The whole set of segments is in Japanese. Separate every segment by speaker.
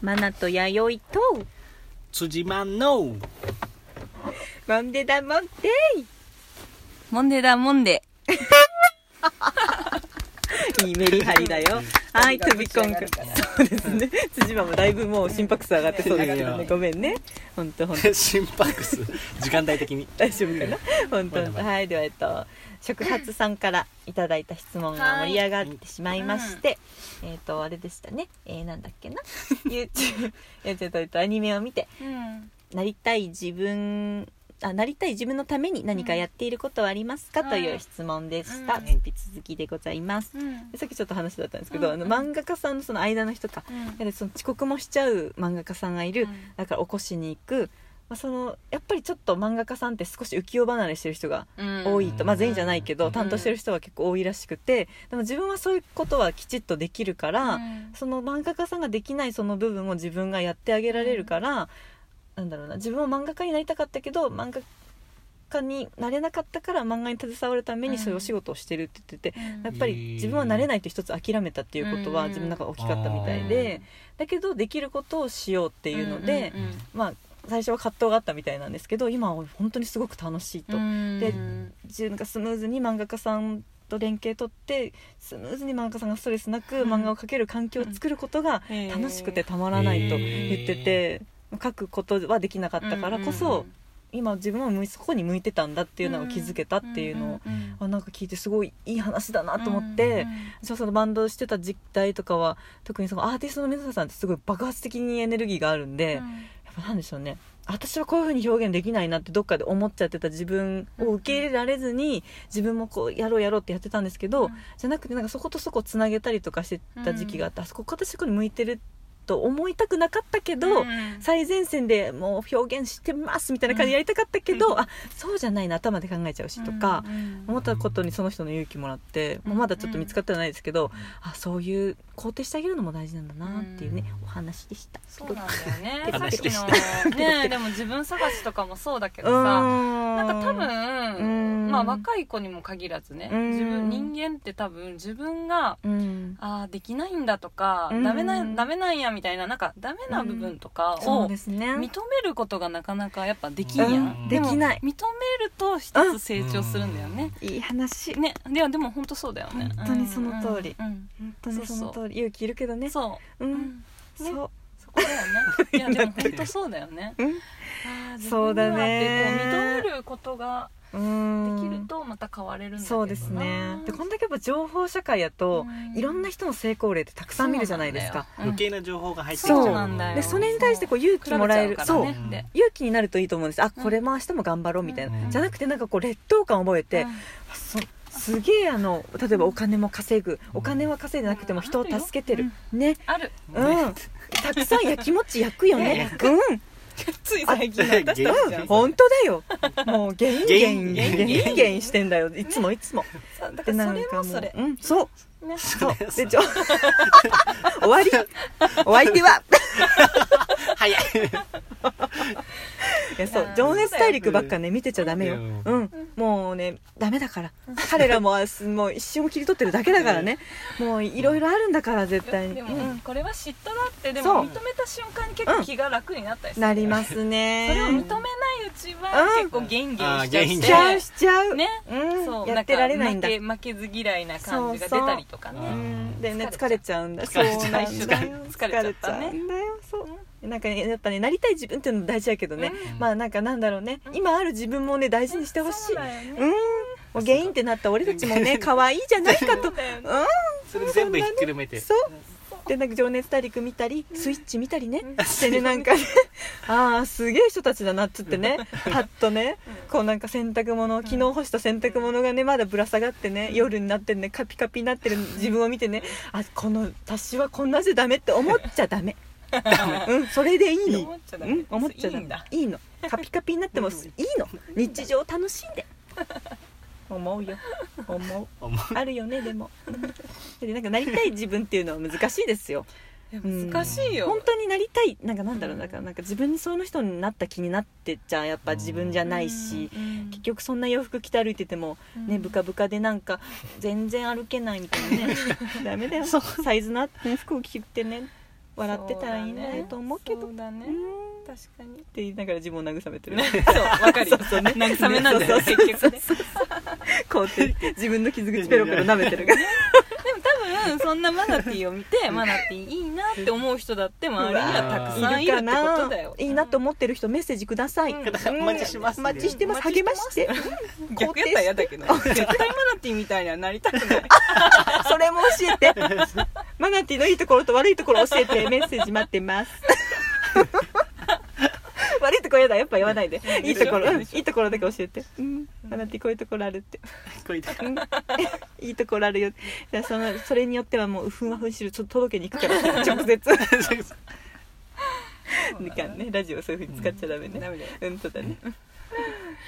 Speaker 1: マナと弥生と
Speaker 2: 辻マンの
Speaker 1: モンデダモンデ
Speaker 3: モンデだモンデ
Speaker 1: イいいメリハリだよはい飛び込んくんそうですね辻間もだいぶもう心拍数上がってそうだけど
Speaker 2: いや
Speaker 1: ね
Speaker 2: いや
Speaker 1: ごめんね本当本当
Speaker 2: 心拍数時間帯的に
Speaker 1: 大丈夫かな本当
Speaker 2: まだまだ
Speaker 1: はいではえっと触発さんからいただいた質問が盛り上がってしまいまして、えっとあれでしたねえー、なんだっけな YouTube えっとえっとアニメを見て
Speaker 3: うん
Speaker 1: なりたい自分あなりたい自分のために何かやっていることはありますか、
Speaker 3: うん
Speaker 1: という質問でした、
Speaker 3: うん
Speaker 1: 引き続きでございます、
Speaker 3: うん
Speaker 1: さっきちょっと話だったんですけど、
Speaker 3: うん
Speaker 1: あの漫画家さんのその間の人か、やはりその遅刻もしちゃう漫画家さんがいる、だから起こしに行く、まあ、そのやっぱりちょっと漫画家さんって少し浮世離れしてる人が多いと、
Speaker 2: うん
Speaker 1: まあ全員じゃないけど、
Speaker 2: うん
Speaker 1: 担当してる人は結構多いらしくてでも自分はそういうことはきちっとできるから、
Speaker 3: うん
Speaker 1: その漫画家さんができないその部分を自分がやってあげられるから、なんだろうな自分も漫画家になりたかったけど漫画家になれなかったから漫画に携わるためにそういうお仕事をしてるって言ってて、やっぱり自分はなれないって一つ諦めたっていうこと
Speaker 3: う
Speaker 1: は
Speaker 3: ん
Speaker 1: 自分の中で大きかったみたいで、だけどできることをしようっていうので、
Speaker 3: うんうんうん
Speaker 1: まあ最初は葛藤があったみたいなんですけど今は本当にすごく楽しいと。で
Speaker 3: うん
Speaker 1: 自分がスムーズに漫画家さんと連携取ってスムーズに漫画家さんがストレスなく
Speaker 3: うん
Speaker 1: 漫画を描ける環境を作ることが
Speaker 3: うん
Speaker 1: 楽しくてたまらないと
Speaker 2: へー
Speaker 1: 言ってて描くことはできなかったからこそ今自分は向いそこに向いてたんだっていうのを気づけたっていうのを
Speaker 3: うんうん
Speaker 1: あなんか聞いてすごいいい話だなと思っ
Speaker 3: う
Speaker 1: て
Speaker 3: んうん
Speaker 1: 私はそのバンドしてた時代とかは特にそのアーティストの皆さんってすごい爆発的にエネルギーがあるんで。やっぱなんでしょうね私はこういうふうに表現できないなってどっかで思っちゃってた自分を受け入れられずに自分もこうやろうやろうってやってたんですけど、
Speaker 3: うん
Speaker 1: じゃなくてなんかそことそこつなげたりとかしてた時期があって、あそこ私こに向いてると思いたくなかったけど、
Speaker 3: うん
Speaker 1: 最前線でもう表現してますみたいな感じでやりたかったけど、あそうじゃないな頭で考えちゃうしとか、
Speaker 3: うん
Speaker 1: 思ったことにその人の勇気もらって、
Speaker 3: うん
Speaker 1: まあまだちょっと見つかってはないですけど、あそういう肯定してあげるのも大事なんだなっていうね、お話でした。
Speaker 3: そうなんだよねさっ
Speaker 2: 話
Speaker 3: き
Speaker 2: でした
Speaker 3: のねでも自分探しとかもそうだけどさな
Speaker 1: なん
Speaker 3: か多
Speaker 1: う
Speaker 3: 分
Speaker 1: ん
Speaker 3: まあ若い子にも限らずね
Speaker 1: うん
Speaker 3: 自分人間って多分自分が
Speaker 1: うん
Speaker 3: あーできないんだとか
Speaker 1: うん
Speaker 3: ダメなダメなんやみたいななんかダメな部分とか
Speaker 1: そ
Speaker 3: を
Speaker 1: うで
Speaker 3: 認
Speaker 1: すね
Speaker 3: めることがなかなかやっぱできんや
Speaker 2: うんん
Speaker 3: でも
Speaker 1: できない
Speaker 3: 認めると一つ成長するんだよね
Speaker 1: いい話
Speaker 3: ねいやでも本当そうだよね
Speaker 2: 本
Speaker 1: 当にその通り
Speaker 3: うんうん
Speaker 1: 本当にその
Speaker 3: そ
Speaker 1: 通り勇気いるけど
Speaker 3: う
Speaker 1: ね
Speaker 3: んそうううんん
Speaker 1: そう
Speaker 3: ねそこだよねいや でも本当そうだよね
Speaker 1: うん
Speaker 3: あー
Speaker 1: そうだね
Speaker 3: 自分にはってこう認めることが
Speaker 1: うん
Speaker 3: できるとまた変われるんだけどな
Speaker 1: そうですねでこんだけやっぱ情報社会やといろんな人の成功例ってたくさん見るじゃないですか
Speaker 3: そうなん
Speaker 2: 余
Speaker 3: だよ
Speaker 2: 計な情報が入ってきちゃ
Speaker 1: そううなん
Speaker 3: だよ
Speaker 1: で
Speaker 3: ね
Speaker 1: それに対してこう勇気もらえる
Speaker 3: 比べちゃ
Speaker 1: そ
Speaker 3: うから
Speaker 1: う
Speaker 3: ねで
Speaker 1: 勇気になるといいと思うんですあこれも明日も頑張ろうみたいな、
Speaker 2: うん
Speaker 1: じゃなくてなんかこう劣等感覚えて、そすげえあの例えばお金も稼ぐお金は稼いでなくても人を助けてる、ね
Speaker 3: ある
Speaker 1: うんたくさんやきもち焼くよねうん
Speaker 3: つい
Speaker 1: 最
Speaker 2: 近私たちじゃん
Speaker 1: 本当だよもうゲンゲンゲ
Speaker 2: ゲン
Speaker 1: ン
Speaker 2: ゲン
Speaker 1: ゲンゲンしてんだよいつもいつも
Speaker 3: だからそれも
Speaker 1: で
Speaker 3: それ
Speaker 1: なんかもううんそう
Speaker 3: ね
Speaker 1: そう
Speaker 2: それそ
Speaker 1: で
Speaker 2: れ
Speaker 1: ちょ 終わりお相手は
Speaker 2: 早い
Speaker 1: いやそう
Speaker 3: あー
Speaker 1: 情熱大陸ばっかね見てちゃダメよ
Speaker 2: う
Speaker 1: うん
Speaker 2: ん、
Speaker 1: もうねダメだから彼らもあすもう一瞬を切り取ってるだけだからねもういろいろあるんだから絶対に
Speaker 3: でも、
Speaker 1: うん
Speaker 3: これは嫉妬だってで
Speaker 1: そう
Speaker 3: も認めた瞬間に結構気が楽になったりする、
Speaker 1: なりますね
Speaker 3: それを認めないうちは
Speaker 1: うん
Speaker 3: 結構ゲンゲンしちゃ
Speaker 2: あーゲン
Speaker 1: しちゃ
Speaker 3: っ
Speaker 1: う
Speaker 3: て
Speaker 1: しちゃう、
Speaker 3: ね
Speaker 1: うん、
Speaker 3: そう
Speaker 1: やってられないんだ
Speaker 3: んか負け負けず嫌いな感じが出たりとかね
Speaker 2: そうそう
Speaker 1: うんでね疲
Speaker 3: 疲
Speaker 1: れ
Speaker 3: れ
Speaker 1: ちゃうんだ
Speaker 2: 疲れちゃう
Speaker 1: そうなんだよ
Speaker 3: 疲れちゃう
Speaker 1: 疲れちゃうんだよそうなんかねやっぱねなりたい自分っていうのも大事やけどね、
Speaker 2: うん
Speaker 1: まあなんかなんだろうね今ある自分もね大事にしてほしい、
Speaker 3: そうだよ
Speaker 1: う
Speaker 3: ね
Speaker 1: んもう原因ってなった俺たちもね可愛いじゃないかと
Speaker 3: そうだよね
Speaker 2: それ全部ひっくるめて
Speaker 1: そうでなんか情熱大陸見たりスイッチ見たりね
Speaker 3: うん
Speaker 1: してねなんか ねああすげえ人たちだなっつってねパッとねこうなんか洗濯物昨日干した洗濯物がねまだぶら下がってね夜になってねカピカピになってる自分を見てねあこの私はこんなじゃダメって思っちゃダメうんそれでいいの
Speaker 3: 思っちゃダ
Speaker 1: う
Speaker 3: メ
Speaker 1: ん思っちゃダ
Speaker 3: いいん
Speaker 1: メ
Speaker 3: だ
Speaker 1: いいのカピカピになってもいいの日常楽しんで思うよ思う
Speaker 2: 思う
Speaker 1: あるよねでもうんでなんかなりたい自分っていうのは難しいですようん
Speaker 3: 難しいよ、
Speaker 1: 本当になりたいなんかなんだろうなんかなんか自分にその人になった気になってっちゃやっぱ自分じゃないし、
Speaker 3: うん
Speaker 1: 結局そんな洋服着て歩いててもね、
Speaker 3: うん
Speaker 1: ブカブカでなんか 全然歩けないみたいなねダメだよサイズの合ったね服を着てね笑ってたらいいんだよと思うけど
Speaker 3: そうだね
Speaker 1: うーんっ
Speaker 3: 確かに
Speaker 1: て言いながら自分を慰めてる
Speaker 3: そうわかるよ
Speaker 1: そうそうね
Speaker 3: 慰めなんだよ
Speaker 1: ねそ
Speaker 3: 結
Speaker 1: うそう
Speaker 3: 局ね
Speaker 1: こうやって自分の傷口ペロペロ舐めてるから
Speaker 3: でも多分そんなマナティーを見てマナティーいいなって思う人だって周りにはたくさんいるってことだよ
Speaker 1: いいなと思ってる人メッセージください、
Speaker 3: うん
Speaker 2: お待ちしてます
Speaker 1: お
Speaker 2: ね
Speaker 1: 待ちしてます励まして
Speaker 3: 逆やったら嫌だけど絶対マナティーみたいにはなりたく ない
Speaker 1: それも教えて マナティのいいところと悪いところ教えてメッセージ待って ます悪いところやだやっぱ言わないでいいところうんいいところだけ教えて、うん、マナティこういうところあるって
Speaker 2: こういった
Speaker 1: うん いいところあるよじゃあそのそれによってはもうふんわふんしるちょっと届けに行くから直接いかんねラジオそういうふうに使っちゃダメね、
Speaker 3: ダメだよ
Speaker 1: うん、とだね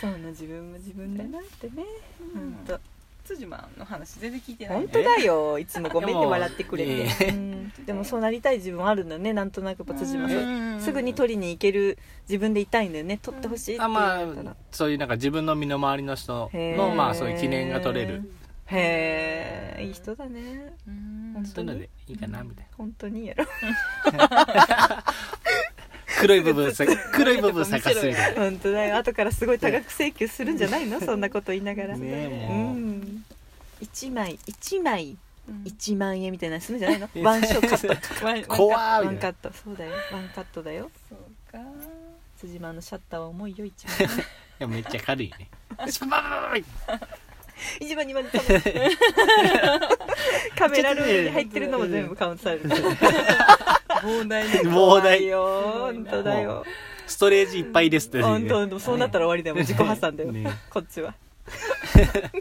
Speaker 1: そうな自分も自分だなってね
Speaker 3: う
Speaker 1: ほ
Speaker 3: ん
Speaker 1: んと
Speaker 3: 辻間の話全然聞いてない
Speaker 1: 本当だよいつもごめんね笑ってくれ
Speaker 2: いや
Speaker 1: て、うんでもそうなりたい自分はあるんだねなんとなくやっぱ辻間さんすぐに取りに行ける自分でいたいんだよね取ってほしいって
Speaker 2: あ
Speaker 1: 言わ
Speaker 2: ま
Speaker 1: れたら
Speaker 2: あそういうなんか自分の身の回りの人
Speaker 1: へ
Speaker 2: の
Speaker 1: ー
Speaker 2: まあそういう記念が取れる
Speaker 1: へえいい人だね
Speaker 3: 本
Speaker 2: そういうのでいいかなみたいな
Speaker 1: 本当にいいやろ
Speaker 2: 黒い部 分さ黒い部分探すみたい
Speaker 1: 本当だよ後からすごい多額請求するんじゃないのそんなこと言いながら、
Speaker 2: なね
Speaker 1: う
Speaker 2: もうん
Speaker 1: 1枚1枚
Speaker 3: うん
Speaker 1: 1万円みたいなのするんじゃないの
Speaker 2: うん
Speaker 1: ワンショット
Speaker 3: わわ
Speaker 2: 怖
Speaker 3: か
Speaker 2: ー
Speaker 1: ワ
Speaker 2: み
Speaker 1: ン
Speaker 2: た
Speaker 1: カ
Speaker 2: い
Speaker 1: ットそうだよワンカットだよ
Speaker 3: そうか
Speaker 1: 辻間のシャッターは重いよ一番
Speaker 2: なめっちゃ軽いねスパーン
Speaker 1: 一番二番三番カメラルームに入ってるのも全部カウントされる
Speaker 3: 膨大な
Speaker 2: 膨大
Speaker 1: よ本当だよ
Speaker 2: ストレージいっぱいですって
Speaker 1: 本当本当そうなったら終わりだよもう自己破産だよ、
Speaker 2: ね
Speaker 1: こっちは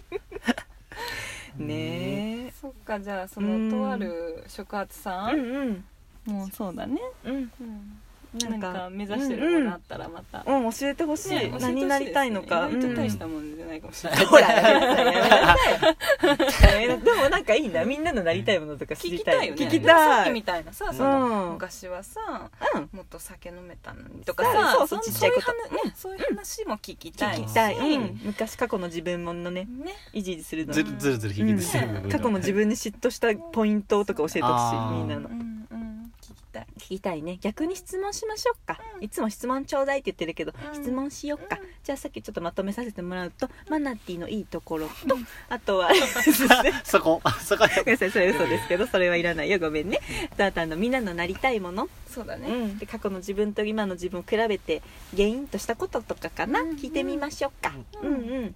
Speaker 1: ねえ
Speaker 3: そうかじゃあそうの
Speaker 1: ん
Speaker 3: とある触発さ
Speaker 1: うん
Speaker 3: ん
Speaker 1: うん
Speaker 3: もうそうだね
Speaker 1: うん
Speaker 3: なん
Speaker 1: なんか
Speaker 3: か目指してるものあったらまた
Speaker 1: うん教えてほしい,、
Speaker 3: ね教えてほしですね
Speaker 1: 何になりたいのか、
Speaker 3: 意外
Speaker 1: う
Speaker 3: と
Speaker 1: ん
Speaker 3: 大したもんじゃないかもしれない
Speaker 1: ほらやめなさいやめなさ いやめなでもなんかいいなみんなのなりたいものとか知
Speaker 3: 聞
Speaker 1: り
Speaker 3: き
Speaker 1: た
Speaker 3: たい
Speaker 1: い
Speaker 3: よね
Speaker 1: 聞きた
Speaker 3: さっき
Speaker 1: い
Speaker 3: みたいなさ
Speaker 2: ん
Speaker 3: その
Speaker 1: うん
Speaker 3: 昔はさ
Speaker 1: うん
Speaker 3: もっと酒飲めたのにとかさ
Speaker 1: そうそうちっちゃいこと
Speaker 3: そういう話ねそういう話も聞きたい
Speaker 1: 聞
Speaker 3: し
Speaker 1: きたい、うん、昔過去の自分ものね
Speaker 3: ね
Speaker 1: いじいじするの
Speaker 2: ずるずるずる引き出せる部分
Speaker 1: 過去の自分に嫉妬したポイントとか教えてほし
Speaker 2: あ
Speaker 1: い
Speaker 2: ー
Speaker 1: みんな
Speaker 3: う
Speaker 1: の
Speaker 3: んうん聞きたい
Speaker 1: 聞きたいね逆に質問しましょうか、
Speaker 3: うん
Speaker 1: いつも質問ちょうだいって言ってるけど、
Speaker 3: うん
Speaker 1: 質問しようか、
Speaker 3: うん
Speaker 1: じゃあさっきちょっとまとめさせてもらうと、マナティのいいところと、あと はですね
Speaker 2: そこそこ
Speaker 1: ごめんなさいそれ嘘ですけどそれはいらないよごめんねザータンのみんなのなりたいもの、
Speaker 3: そうだ
Speaker 1: う
Speaker 3: ね
Speaker 1: んで過去の自分と今の自分を比べて原因としたこととかかな、
Speaker 3: うん
Speaker 1: 聞いてみましょうか、う、
Speaker 3: うんん
Speaker 1: うんぜ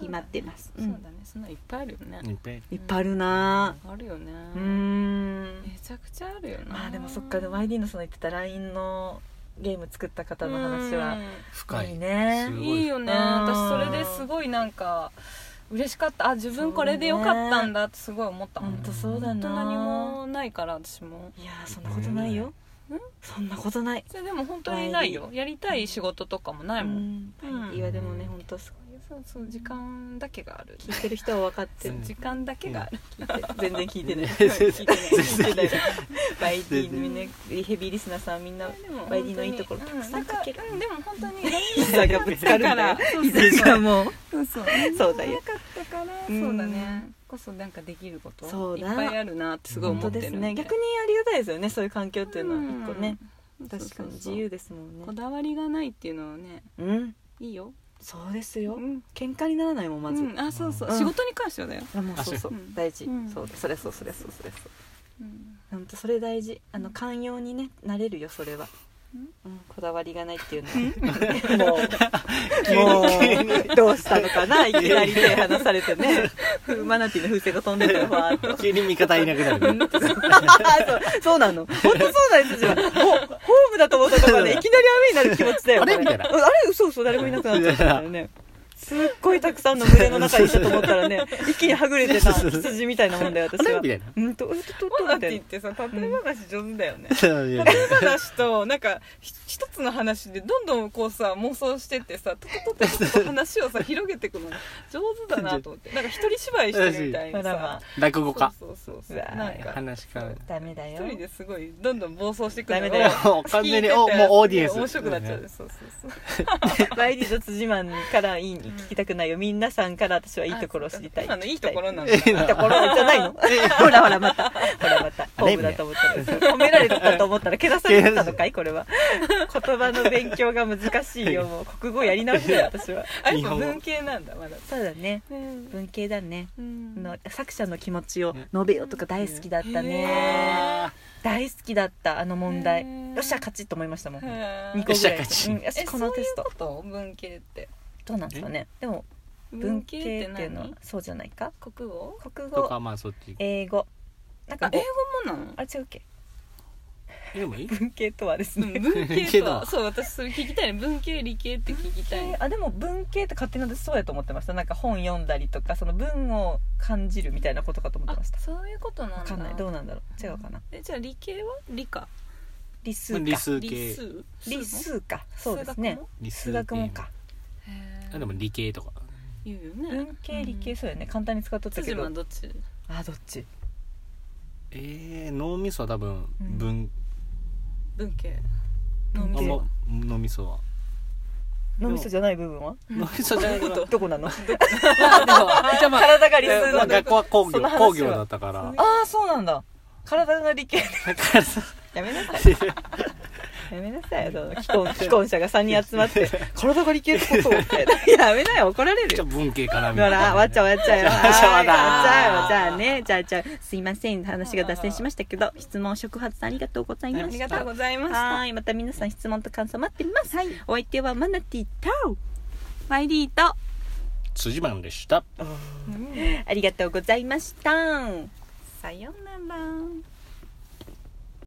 Speaker 1: ひ待ってます、
Speaker 3: そううんだねそんないっぱいあるよね
Speaker 2: いっぱい
Speaker 1: いっぱいあるな
Speaker 3: あるよね
Speaker 1: ぁうーん
Speaker 3: めちゃくちゃあるよな
Speaker 1: まあでもそっかでも YD のその言ってた LINE のゲーム作った方の話は
Speaker 2: 深い
Speaker 1: いいね
Speaker 2: すご
Speaker 3: いいよね
Speaker 1: うん
Speaker 3: 私それですごいなんか嬉しかったあ自分これでよかったんだってすごい思った
Speaker 1: 本
Speaker 3: 本
Speaker 1: 当そうだ
Speaker 3: 当
Speaker 1: な
Speaker 3: 何もないから私も
Speaker 1: いやーそんなことないよ
Speaker 3: うん
Speaker 1: そんなことない
Speaker 3: それでも本当にないよやりたい仕事とかもな
Speaker 1: う
Speaker 3: いもん
Speaker 1: ん
Speaker 3: うん
Speaker 1: いやでもね本当す
Speaker 3: そうそう時間だけがある
Speaker 1: ごい聞いてる人は分かってる
Speaker 2: うん
Speaker 3: 時間だけがある
Speaker 1: 聞いてる全然聞いてない
Speaker 2: 全然
Speaker 1: 聞いてない聞いてない
Speaker 2: 全然
Speaker 1: バイディみんなヘビーリスナーさんみんな
Speaker 3: でも
Speaker 1: バイディのいいところ
Speaker 3: 本
Speaker 1: た
Speaker 3: 当に
Speaker 1: くさんかける
Speaker 3: うんでも本当に
Speaker 1: 膝がぶつかるんだよ膝がもう
Speaker 3: そうそう
Speaker 1: そうだよ
Speaker 3: なかったから
Speaker 1: うん
Speaker 3: そうだねこそなんかできること
Speaker 1: そうだ
Speaker 3: いっぱいあるなってすごい
Speaker 1: 本
Speaker 3: 思
Speaker 1: 当
Speaker 3: って
Speaker 1: で
Speaker 3: る
Speaker 1: す
Speaker 3: ん
Speaker 1: ね逆にありがたいですよねそういう環境っていうのは一個ね
Speaker 3: うん
Speaker 1: 確か
Speaker 3: そうそうそう
Speaker 1: に自由ですもんね
Speaker 3: こだわりがないっていうのはね
Speaker 1: うん
Speaker 3: いいよ
Speaker 1: そうですよ
Speaker 3: うん
Speaker 1: 喧嘩にならないもんまず、
Speaker 3: うんあそうそう、
Speaker 1: うん
Speaker 3: 仕事に関してはだよ、
Speaker 1: あもうそうそう
Speaker 3: あそううん
Speaker 1: 大事、
Speaker 3: うん
Speaker 1: そうそれそうそれそうそれそう
Speaker 3: うん
Speaker 1: 本当それ大事あの寛容にねなれるよそれは、うん、こだわりがないっていうのはもうもうどうしたのかないきなり手離されてねふ マナティの風船が飛んでたよふわーっと
Speaker 2: 急に味方いなく なるね
Speaker 1: そうそうなの本当そうだよ辻はホホームだと思ったところでいきなり雨になる気持ちだよ
Speaker 2: あれ
Speaker 1: こ
Speaker 2: みたいな
Speaker 1: うんあれそうそう誰もいなくなっちゃったからねすっごいたくさんの群れの中にいたと思ったらね一気にはぐれてた羊みたいなもんだよ私
Speaker 2: あれ
Speaker 1: は
Speaker 2: みたいな
Speaker 1: うんとととと
Speaker 3: マナ
Speaker 1: み
Speaker 3: テ
Speaker 1: たいな
Speaker 3: ィってさ例え話上手だよね、
Speaker 2: そういや
Speaker 3: 話となんかひ一つの話でどんどんこうさ妄想してってさトトトトトト話をさ広げていくの上手だなと思ってなんか一人芝居してるみたい に
Speaker 1: まだ
Speaker 3: さ
Speaker 1: ま
Speaker 2: 落語家
Speaker 3: そうそうそうそう
Speaker 1: うわー
Speaker 3: なんか
Speaker 2: 話か
Speaker 3: そう
Speaker 1: ダメだよ
Speaker 3: 一人ですごいどんどん暴走していくのを
Speaker 1: ダメだよ
Speaker 2: もう完全にお
Speaker 3: 聞いて
Speaker 2: もう
Speaker 3: て
Speaker 2: オーディエンス
Speaker 3: 面白くなっちゃう、そうそうそ う
Speaker 1: ワイリード辻マンからいい聞きたくないよみんなさんから私はいいところを知りたい
Speaker 3: 今のいいところなんだ
Speaker 2: ええ
Speaker 1: いい
Speaker 2: な
Speaker 1: ところじゃないのほらほらまたほらまた
Speaker 2: あ
Speaker 1: ホ
Speaker 2: れ
Speaker 1: ームだと思ったら褒められたと思ったらけなされてたのかいこれは言葉の勉強が難しいよもう国語やり直しだよ私は
Speaker 3: あれ
Speaker 2: 日本語
Speaker 3: 文系なんだまだ
Speaker 1: そうだね
Speaker 3: うん
Speaker 1: 文系だね
Speaker 3: うん
Speaker 1: の作者の気持ちを述べようとか大好きだったね
Speaker 3: へ
Speaker 1: 大好きだったあの問題
Speaker 3: へー
Speaker 1: よっしゃ勝ちと思いましたもん2
Speaker 3: へ
Speaker 1: 個
Speaker 3: ー
Speaker 1: ぐらい
Speaker 2: よっしゃ勝ち
Speaker 1: うんよし
Speaker 3: え
Speaker 1: このテスト
Speaker 3: そういうこと文系って
Speaker 1: どうなんですかねでも文系っていうのはそうじゃないか
Speaker 3: 国語
Speaker 1: 国
Speaker 2: とか
Speaker 1: 語
Speaker 2: まあそっち
Speaker 1: 英語なん
Speaker 3: あ
Speaker 1: か
Speaker 3: 英
Speaker 1: 英
Speaker 3: 語
Speaker 1: 語
Speaker 3: もなの
Speaker 1: あれ違うっけ
Speaker 2: でもいい
Speaker 1: 文系とはです
Speaker 3: う
Speaker 1: ね
Speaker 3: ん文系と
Speaker 2: 文系
Speaker 3: は
Speaker 2: だ
Speaker 3: そう私それ聞きたいね文系理系って聞きたいね
Speaker 1: あでも文系って勝手に私そうやと思ってましたなんか本読んだりとかその文を感じるみたいなことかと思って
Speaker 3: あ
Speaker 1: ました
Speaker 3: そういうことなんだ
Speaker 1: わかんないどうなんだろう違うかな
Speaker 3: えじゃあ理系は理科
Speaker 1: 理数か
Speaker 2: 理数
Speaker 3: 理
Speaker 2: 系
Speaker 3: 数
Speaker 1: 理
Speaker 3: 数も
Speaker 1: 数かそうですね
Speaker 2: 理
Speaker 1: 数学もか
Speaker 3: へー
Speaker 2: あでも理系とか
Speaker 3: 言うよね
Speaker 1: 文系理系そうよね簡単に使っとったけ
Speaker 3: 辻
Speaker 1: ど
Speaker 3: はどっち
Speaker 1: あどっち
Speaker 2: えー、脳みそは多分
Speaker 1: うん
Speaker 2: 文、
Speaker 3: 文系
Speaker 1: 文
Speaker 2: あ
Speaker 1: 系
Speaker 2: ん
Speaker 1: で
Speaker 2: ま脳みそは
Speaker 1: 脳みそじゃない部分は
Speaker 3: うん
Speaker 2: 脳みそじゃないこと
Speaker 1: どこなの
Speaker 2: 一応まあ
Speaker 1: 体 が理数
Speaker 2: ま
Speaker 1: な
Speaker 2: あ
Speaker 1: んだ
Speaker 2: 学校は工
Speaker 1: そ
Speaker 2: 業
Speaker 1: の話は
Speaker 2: 工業だった から
Speaker 1: あ あそうなんだ体が理系
Speaker 2: だからさ
Speaker 1: やめなさいやめなさいよその既 婚既婚者が3人集まって体が理系ってことをって やめなよ怒られる
Speaker 2: じゃ
Speaker 1: よ
Speaker 2: あ文系からみ
Speaker 1: ほら、わっちゃわっ ちゃよ。わっ
Speaker 2: わっちゃわ
Speaker 1: ち
Speaker 2: だ
Speaker 1: ゃわじゃあね、じゃあじゃあ、すいません、話が脱線しましたけど、質問、触発さんありがとうございました。
Speaker 3: ありがとうございました
Speaker 1: はい、また皆さん質問と感想待ってます。はい、お相手はマナティと。
Speaker 3: マイリーと
Speaker 2: 辻マンでした
Speaker 1: ありがとうございました。
Speaker 3: さようなら